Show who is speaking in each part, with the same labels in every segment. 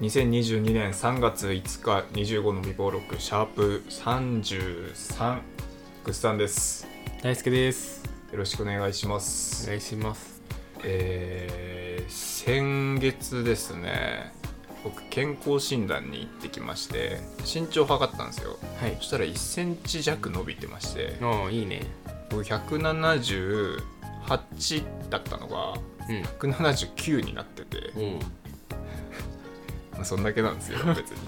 Speaker 1: 2022年3月5日25の美貌録シャープ33ぐっさんです
Speaker 2: 大輔です
Speaker 1: よろしくお願いしま
Speaker 2: お
Speaker 1: す
Speaker 2: 願いします
Speaker 1: えー、先月ですね僕健康診断に行ってきまして身長測ったんですよ
Speaker 2: はい
Speaker 1: そしたら1センチ弱伸びてまして
Speaker 2: ああいいね
Speaker 1: 僕178だったのが
Speaker 2: うん
Speaker 1: 179になってて、
Speaker 2: お
Speaker 1: まあ、そんだけなんですよ別に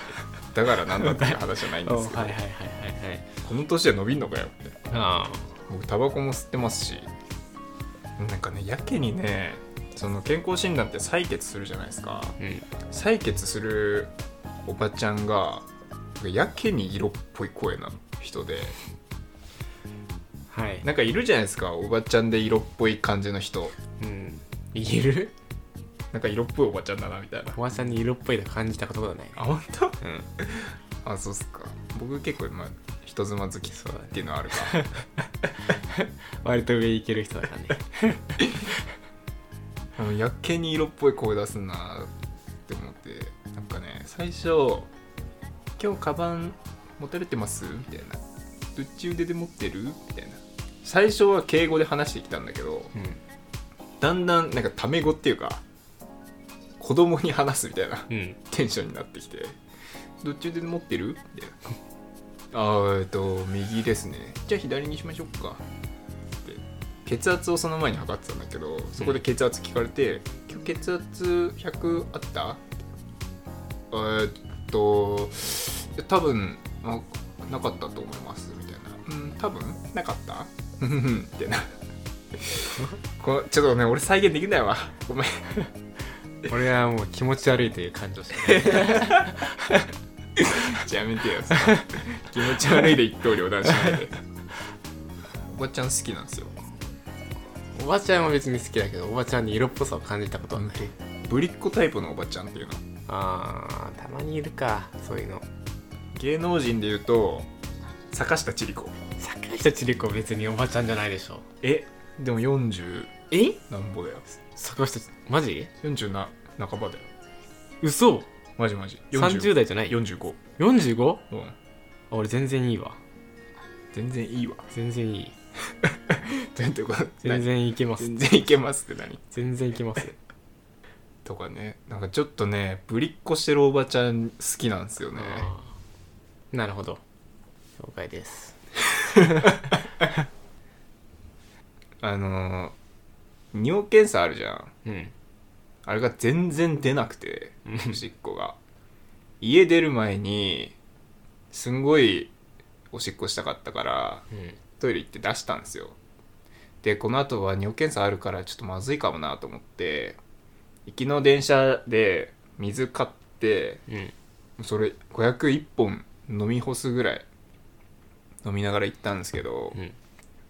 Speaker 1: だからなんだっていう話じゃないん
Speaker 2: お
Speaker 1: ですけど、
Speaker 2: はいはいはいはいはい
Speaker 1: この年で伸びんのかよって
Speaker 2: あ
Speaker 1: 僕タバコも吸ってますしなんかねやけにねその健康診断って採血するじゃないですか
Speaker 2: あうん
Speaker 1: 採血するおばちゃんがやけに色っぽい声な人で
Speaker 2: はい
Speaker 1: なんかいるじゃないですかおばちゃんで色っぽい感じの人
Speaker 2: うんいる
Speaker 1: なんか色っぽいおばちゃんだなみたいな
Speaker 2: おばさんに色っぽいの感じたことがないね
Speaker 1: あ本当
Speaker 2: うん
Speaker 1: あそうっすか僕結構まあ人妻好きっていうのはあるか、
Speaker 2: 割と上行ける人だからね
Speaker 1: うんやけに色っぽい声出すなって思ってなんかね最初「今日カバン持たれてます?」みたいな「どっち腕で持ってる?」みたいな最初は敬語で話してきたんだけどだんだんなんかタメ語っていうか子供に話すみたいな
Speaker 2: うんうん
Speaker 1: テンションになってきて「どっち腕で持ってる?」みたいな「あーえっと右ですねじゃあ左にしましょうか」って血圧をその前に測ってたんだけどそこで血圧聞かれて「今日血圧100あった?」えーっといや多分あなかったと思いますみたいな「うん多分なかった?」みたいなこちょっとね俺再現できないわごめん
Speaker 2: 俺はもう気持ち悪いという感情しかない
Speaker 1: やめてよその 気持ち悪いで一刀両断しないでおばちゃん好きなんですよ
Speaker 2: おばちゃんは別に好きだけどおばちゃんに色っぽさを感じたことはない
Speaker 1: ぶりっ子タイプのおばちゃんっていうの
Speaker 2: あーたまにいるかそういうの
Speaker 1: 芸能人でいうと坂下千里子
Speaker 2: 坂下千里子は別におばちゃんじゃないでしょ
Speaker 1: えでも40
Speaker 2: え
Speaker 1: なんぼだよ
Speaker 2: 坂下マジ
Speaker 1: 40な半ばだよ
Speaker 2: 嘘
Speaker 1: マジマジ
Speaker 2: 30代じゃない
Speaker 1: 45
Speaker 2: 45? あ
Speaker 1: うん
Speaker 2: 俺全然いいわ
Speaker 1: 全然いいわ
Speaker 2: 全然いい
Speaker 1: 全然
Speaker 2: 全然いけます
Speaker 1: 全然いけますって何
Speaker 2: 全然いけ ます
Speaker 1: とかねなんかちょっとねぶりっ子してるおばちゃん好きなんですよね
Speaker 2: あーなるほど了解です
Speaker 1: あのー尿検査あるじゃん
Speaker 2: うん
Speaker 1: あれが全然出なくて
Speaker 2: うん
Speaker 1: おしっこが家出る前にすんごいおしっこしたかったから
Speaker 2: うん
Speaker 1: トイレ行って出したんですよでこの後は尿検査あるからちょっとまずいかもなと思って行きの電車で水買って
Speaker 2: うん
Speaker 1: それ501本飲み干すぐらい飲みながら行ったんですけど
Speaker 2: うん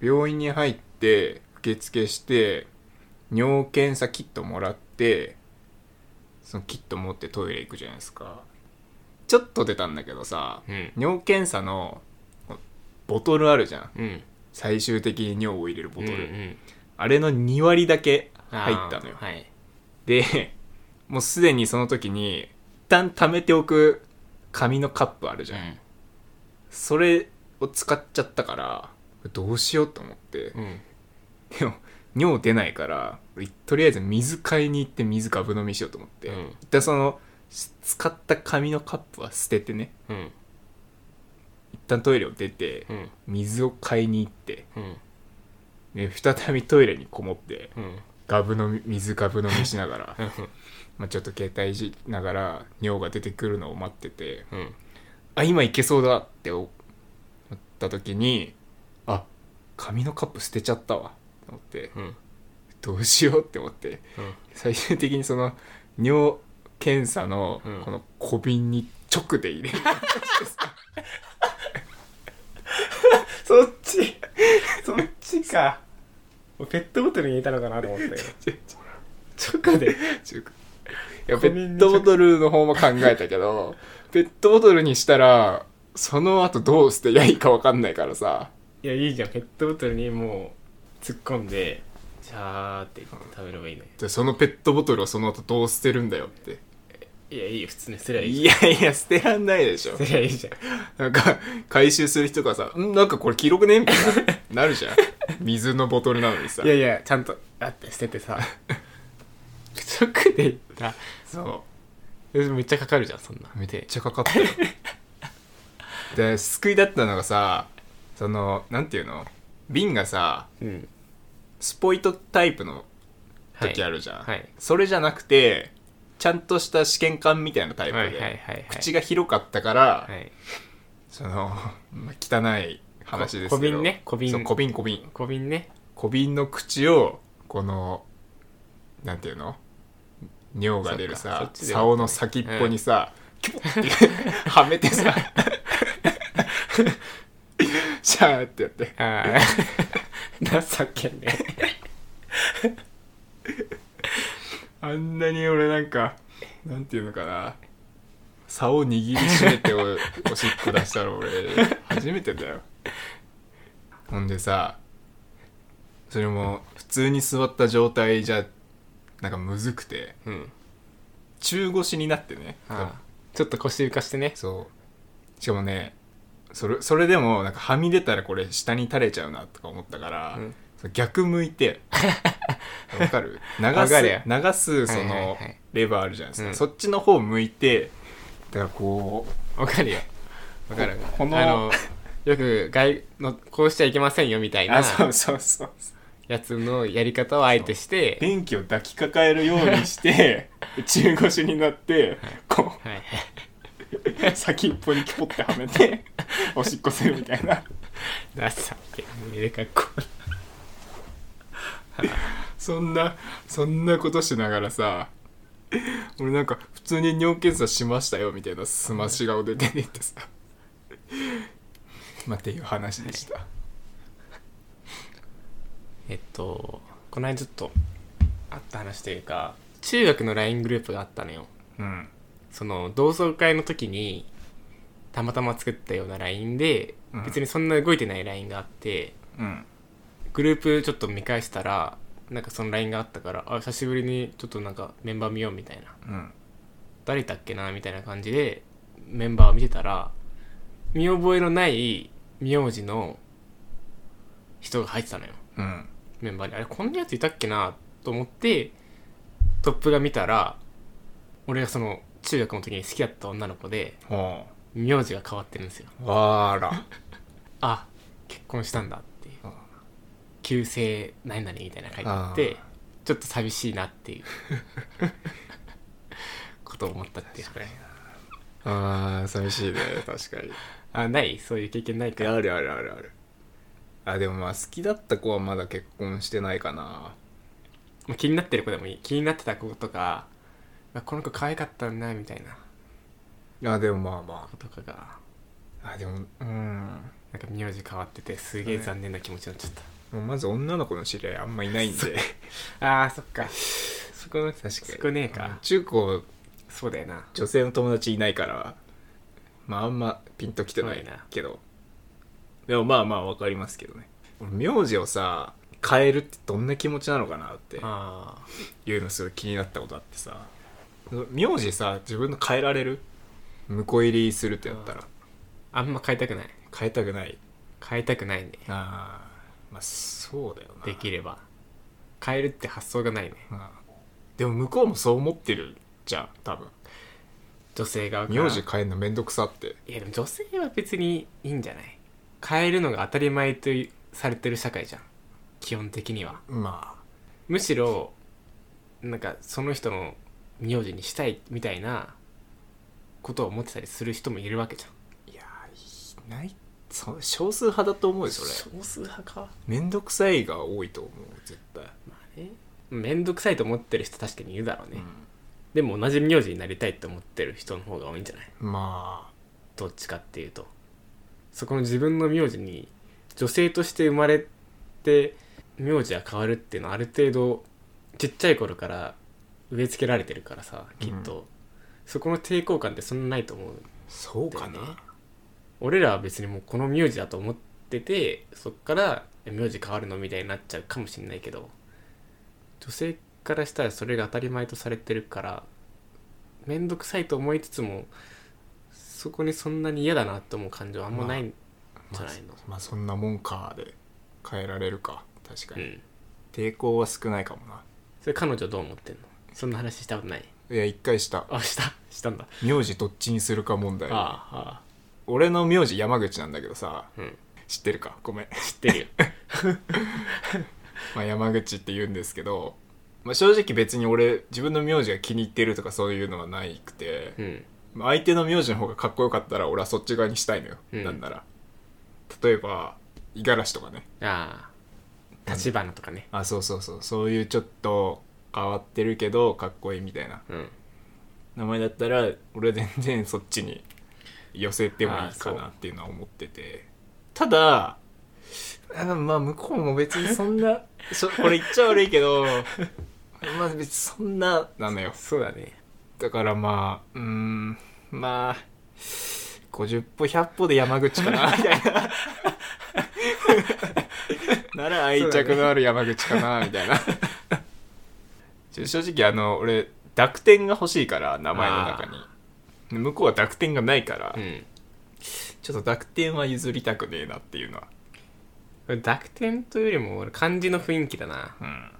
Speaker 1: 病院に入って受付して尿検査キットもらってそのキット持ってトイレ行くじゃないですかちょっと出たんだけどさ
Speaker 2: うん
Speaker 1: 尿検査のボトルあるじゃん
Speaker 2: うん
Speaker 1: 最終的に尿を入れるボトル、
Speaker 2: うんうん
Speaker 1: あれの2割だけ
Speaker 2: あ
Speaker 1: 入
Speaker 2: ー
Speaker 1: ったのよ
Speaker 2: はい
Speaker 1: でもうすでにその時に一旦溜めておく紙のカップあるじ
Speaker 2: う
Speaker 1: ゃん、
Speaker 2: ん
Speaker 1: それを使っちゃったからどうしようと思って、
Speaker 2: うん
Speaker 1: でも 尿出ないからとりあえず水買いに行って水ガブ飲みしようと思って、
Speaker 2: うん
Speaker 1: 一旦そのし使った紙のカップは捨ててね
Speaker 2: うん
Speaker 1: 一旦トイレを出て
Speaker 2: うん
Speaker 1: 水を買いに行って
Speaker 2: うん
Speaker 1: で再びトイレにこもって
Speaker 2: うん
Speaker 1: ガブ飲み水ガブ飲みしながら
Speaker 2: うん
Speaker 1: まあちょっと携帯いじりながら尿が出てくるのを待ってて
Speaker 2: うん
Speaker 1: あ今いけそうだって思った時にあ紙のカップ捨てちゃったわと思って
Speaker 2: うん
Speaker 1: どうしようって思って最終的にその尿検査の
Speaker 2: うん
Speaker 1: この小瓶に直で入れる、
Speaker 2: そっちそっちかペットボトルにいたのかなと思 ったよ直で
Speaker 1: いや
Speaker 2: 小
Speaker 1: ペ
Speaker 2: 瓶に
Speaker 1: ットボトルの方も考えたけどペットボトルにしたらその後どう捨てりゃいいか分かんないからさ
Speaker 2: いやいいじゃんペットボトルにもう突っ込んでシャーって食べればいいのよ
Speaker 1: でそのペットボトルをその後どう捨てるんだよって
Speaker 2: いやいいよ普通に捨てりゃいい
Speaker 1: い
Speaker 2: じ
Speaker 1: やいや捨てらんないでし
Speaker 2: ゃ
Speaker 1: ょ
Speaker 2: ん捨てりゃいいじゃん
Speaker 1: なんか回収する人がさ「んなんかこれ黄色くね?」みたいななるじゃん水のボトルなのにさ
Speaker 2: いやいやちゃんとだって捨ててさ
Speaker 1: 直で言ったそ
Speaker 2: めっちゃかかるじゃんそんな
Speaker 1: うめっちゃかか ったよで救いだったのがさそのなんていうの瓶がさ
Speaker 2: うん
Speaker 1: スポイトタイプの時あ
Speaker 2: る
Speaker 1: るじゃん、
Speaker 2: はい
Speaker 1: それじゃなくてちゃんとした試験管みたいなタイプで、
Speaker 2: はいはいはいはい
Speaker 1: 口が広かったから、
Speaker 2: はい
Speaker 1: その、 まあ、汚い話ですけど
Speaker 2: こ小瓶ね小瓶
Speaker 1: そう小瓶小瓶
Speaker 2: 小瓶ね
Speaker 1: 小瓶の口をこのなんていうの尿が出る
Speaker 2: そっか
Speaker 1: さ
Speaker 2: そっちで
Speaker 1: 竿の先っぽにさ、キュポッてはめてさシャーってやって
Speaker 2: ああ 情けね
Speaker 1: あんなに俺なんかなんていうのかな竿握りしめ ておおしっこ出したの俺初めてだよほんでさそれも普通に座った状態じゃなんかむずくて
Speaker 2: うん
Speaker 1: 中腰になってね、
Speaker 2: ああちょっと腰浮かしてね
Speaker 1: そうしかもねそれそれでもなんかはみ出たらこれ下に垂れちゃうなとか思ったから、
Speaker 2: うん
Speaker 1: その逆向い てわかる流す
Speaker 2: わかるよ
Speaker 1: 流すそ
Speaker 2: はいはい
Speaker 1: の
Speaker 2: はい
Speaker 1: レバーあるじゃないですか、
Speaker 2: うん
Speaker 1: そっちの方向いてだからこ
Speaker 2: わかるよわかるわかる
Speaker 1: この
Speaker 2: あのよく外のこうしちゃいけませんよみたいうな
Speaker 1: あそうそうそう
Speaker 2: やつのやり方をあえてして
Speaker 1: 電気を抱きかかえるようにして中腰になってこ
Speaker 2: はいはいう
Speaker 1: 先っぽにキポってはめておしっこするみたいな
Speaker 2: 情けねえ格好
Speaker 1: そんな、そんなことしながらさ、俺なんか普通に尿検査しましたよみたいなすまし顔で出てってさ、 まあ、っていう話でした。
Speaker 2: えっとこの間ちょっとあった話というか中学の LINE グループがあったのよ
Speaker 1: うん。
Speaker 2: その同窓会の時にたまたま作ったような LINE で、
Speaker 1: うん
Speaker 2: 別にそんな動いてない LINE があって
Speaker 1: うん。
Speaker 2: グループちょっと見返したらなんかその LINE があったからあ久しぶりにちょっとなんかメンバー見ようみたいな
Speaker 1: うん。
Speaker 2: 誰だっけなみたいな感じでメンバーを見てたら見覚えのない名字の人が入ってたのよ
Speaker 1: うん。
Speaker 2: メンバーにあれこんなやついたっけなと思ってトップが見たら俺がその中学の時に好きだった女の子で
Speaker 1: ほ
Speaker 2: 名字が変わってるんですよ
Speaker 1: う。わーら。
Speaker 2: あ結婚したんだっていう
Speaker 1: あ
Speaker 2: 旧姓何々みたいなの書いてあってちょっと寂しいなっ ていうことを思ったっていう話
Speaker 1: あー、寂しいね。確かに。
Speaker 2: あないそういう経験ない
Speaker 1: い
Speaker 2: か
Speaker 1: やあるあるあるある。あ、でもまあ好きだった子はまだ結婚してないかな。
Speaker 2: まあ、気になってる子でもいい気になってた子とかあこの子可愛かったんだみたいな
Speaker 1: あ、でもまあま
Speaker 2: 子とかが
Speaker 1: あ。あ、でも、うん。
Speaker 2: なんか名字変わっててすげえ残念な気持ちになっちゃった、
Speaker 1: もうまず女の子の知り合いあんまいないんで。
Speaker 2: あーそっかそこの確
Speaker 1: かに
Speaker 2: そこねえか
Speaker 1: 中高
Speaker 2: そうだよな
Speaker 1: 女性の友達いないからまああんまピンときてないけどでもまあまあわかりますけどね俺名字をさ変えるってどんな気持ちなのかなって
Speaker 2: あ
Speaker 1: いうのすごい気になったことあってさ名字さ自分の変えられる婿入りするってやったら
Speaker 2: ああんま変えたくない
Speaker 1: 変えたくない
Speaker 2: 変えたくないね
Speaker 1: あーまあそうだよな
Speaker 2: できれば変えるって発想がないね
Speaker 1: うんでも向こうもそう思ってるじゃん多分
Speaker 2: 女性側から
Speaker 1: 名字変えるのめんどくさって
Speaker 2: いやでも女性は別にいいんじゃない変えるのが当たり前といされてる社会じゃん基本的には
Speaker 1: ま
Speaker 2: むしろなんかその人の名字にしたいみたいなことを思ってたりする人もいるわけじゃん
Speaker 1: あいやーいないそ少数派だと思うよそれ
Speaker 2: 少数派か
Speaker 1: めんどくさいが多いと思う絶対、
Speaker 2: まあねめんどくさいと思ってる人確かにいるだろうね、
Speaker 1: う
Speaker 2: でも同じ名字になりたいって思ってる人の方が多いんじゃない
Speaker 1: ん、ま
Speaker 2: どっちかっていうとそこの自分の名字に女性として生まれて名字が変わるっていうのはある程度ちっちゃい頃から植え付けられてるからさきっと、そこの抵抗感ってそんなないと思う
Speaker 1: あそうか
Speaker 2: だよね
Speaker 1: な
Speaker 2: 俺らは別にもうこの名字だと思っててそっからえ名字変わるのみたいになっちゃうかもしれないけど女性からしたらそれが当たり前とされてるから面倒くさいと思いつつもそこにそんなに嫌だなと思う感情はあんまない、
Speaker 1: ま
Speaker 2: じ
Speaker 1: あ
Speaker 2: ゃないの
Speaker 1: まあそんなもんかで変えられるか確か
Speaker 2: う
Speaker 1: に、
Speaker 2: ん
Speaker 1: 抵抗は少ないかもな
Speaker 2: それ彼女どう思ってんのそんな話したことない
Speaker 1: いや一回した
Speaker 2: あしたしたんだ、
Speaker 1: 名字どっちにするか問題
Speaker 2: あ
Speaker 1: 俺の名字山口なんだけどさ
Speaker 2: あああうん
Speaker 1: 知ってるかごめん、
Speaker 2: 知ってるよ
Speaker 1: まあ、山口って言うんですけど、まあ、正直別に俺自分の名字が気に入ってるとかそういうのはないくて、
Speaker 2: うん
Speaker 1: まあ相手の名字の方がかっこよかったら俺はそっち側にしたいのよ、
Speaker 2: うん
Speaker 1: なんなら例えば五十嵐とかね
Speaker 2: ああ立花とかね
Speaker 1: あそうそうそうそういうちょっと変わってるけどかっこいいみたいな
Speaker 2: うん
Speaker 1: 名前だったら俺全然そっちに寄せてもいいか
Speaker 2: あーそ
Speaker 1: な
Speaker 2: う
Speaker 1: っていうのは思っててただあのまあ向こうも別にそん なしょこれ言っちゃ悪いけどまあ別にそんななのよ
Speaker 2: そうだね
Speaker 1: だからまあうーんまあ50歩100歩で山口かなみたいななら愛着のある山口かなみたいな、ちょ正直あの俺濁点が欲しいから名前の中に向こうは濁点がないから、
Speaker 2: うん
Speaker 1: ちょっと濁点は譲りたくねえなっていうのは
Speaker 2: これ濁点というよりも俺漢字の雰囲気だな
Speaker 1: うん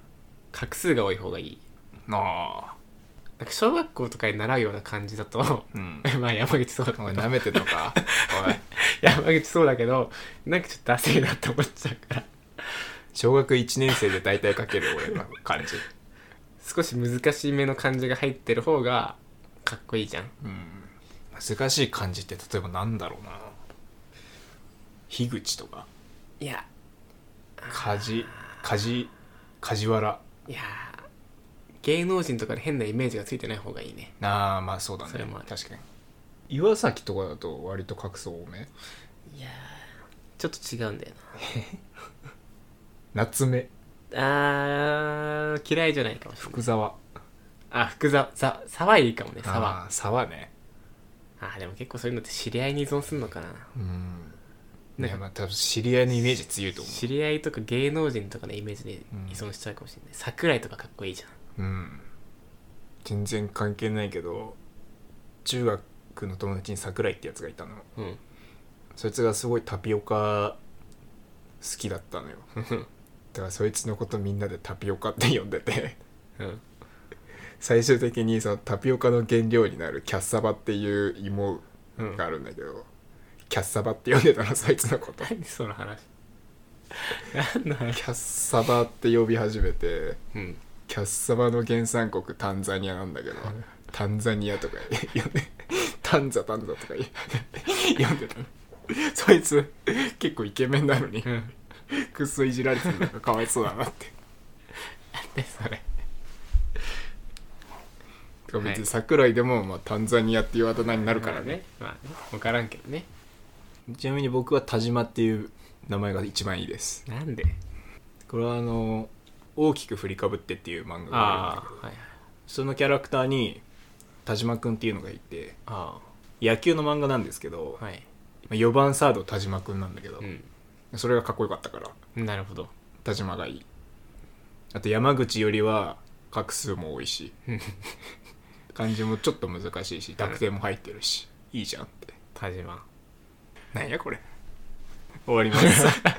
Speaker 2: 画数が多い方がいい
Speaker 1: なあ
Speaker 2: なんか小学校とかに習うような感じだと
Speaker 1: うん
Speaker 2: まあ山口そうだけ
Speaker 1: お
Speaker 2: ど
Speaker 1: いなめてたかおい
Speaker 2: 山口そうだけどなんかちょっとダセえなって思っちゃうから
Speaker 1: 小学1年生で大体書ける俺の感じ
Speaker 2: 少し難しめの漢字が入ってる方がかっこいいじゃん
Speaker 1: うん、難しい漢字って例えばなんだろうな樋口とか
Speaker 2: いや
Speaker 1: 梶梶梶原
Speaker 2: いやー芸能人とかで変なイメージがついてない方がいいね
Speaker 1: ああまあそうだね
Speaker 2: それもある
Speaker 1: 確かに岩崎とかだと割と画数多め
Speaker 2: いやちょっと違うんだよ
Speaker 1: 夏目
Speaker 2: なあー嫌いじゃないかもしれない
Speaker 1: 福沢
Speaker 2: あ福沢ざ沢いいかもね沢あ
Speaker 1: あー沢ね
Speaker 2: ーでも結構そういうのって知り合いに依存するのかな
Speaker 1: うん
Speaker 2: な
Speaker 1: ね
Speaker 2: んか
Speaker 1: まあ多分知り合いのイメージ強いと思
Speaker 2: 知り合いとか芸能人とかのイメージで依存しちゃうかもしれない、桜井とかかっこいいじゃん
Speaker 1: ううん全然関係ないけど中学の友達に桜井ってやつがいたの
Speaker 2: うん
Speaker 1: そいつがすごいタピオカ好きだったのよ だからそいつのことみんなでタピオカって呼んでて
Speaker 2: うん
Speaker 1: 最終的にそのタピオカの原料になるキャッサバっていう芋
Speaker 2: うん
Speaker 1: があるんだけど、キャッサバって呼んでたのそいつの ことキ
Speaker 2: 何その話何の話
Speaker 1: ャッサバって呼び始めて
Speaker 2: うん
Speaker 1: キャッサバの原産国タンザニアなんだけどタンザニアとか呼んでタンザタンザとか呼んでたのそいつ結構イケメンなのに
Speaker 2: うん
Speaker 1: くっそいじられてるのがかわいそうだな って
Speaker 2: でそれ
Speaker 1: てか別に桜井でも、まあ、タンザニアっていうあだ名になるからね
Speaker 2: まあね分からんけどね
Speaker 1: ちなみに僕は田島っていう名前が一番いいです
Speaker 2: なんで
Speaker 1: これはあの「大きく振りかぶって」っていう漫画があるんだけど
Speaker 2: あはいはい
Speaker 1: そのキャラクターに田島くんっていうのがいて
Speaker 2: あ
Speaker 1: 野球の漫画なんですけど、
Speaker 2: あはい
Speaker 1: まあ4番サード田島くんなんだけど、
Speaker 2: う
Speaker 1: それがかっこよかったから
Speaker 2: んなるほど
Speaker 1: 田島がいいあと山口よりは画数も多いし
Speaker 2: うん
Speaker 1: 漢字もちょっと難しいし濁点も入ってるしいいじゃんって
Speaker 2: 田島
Speaker 1: なんやこれ終わります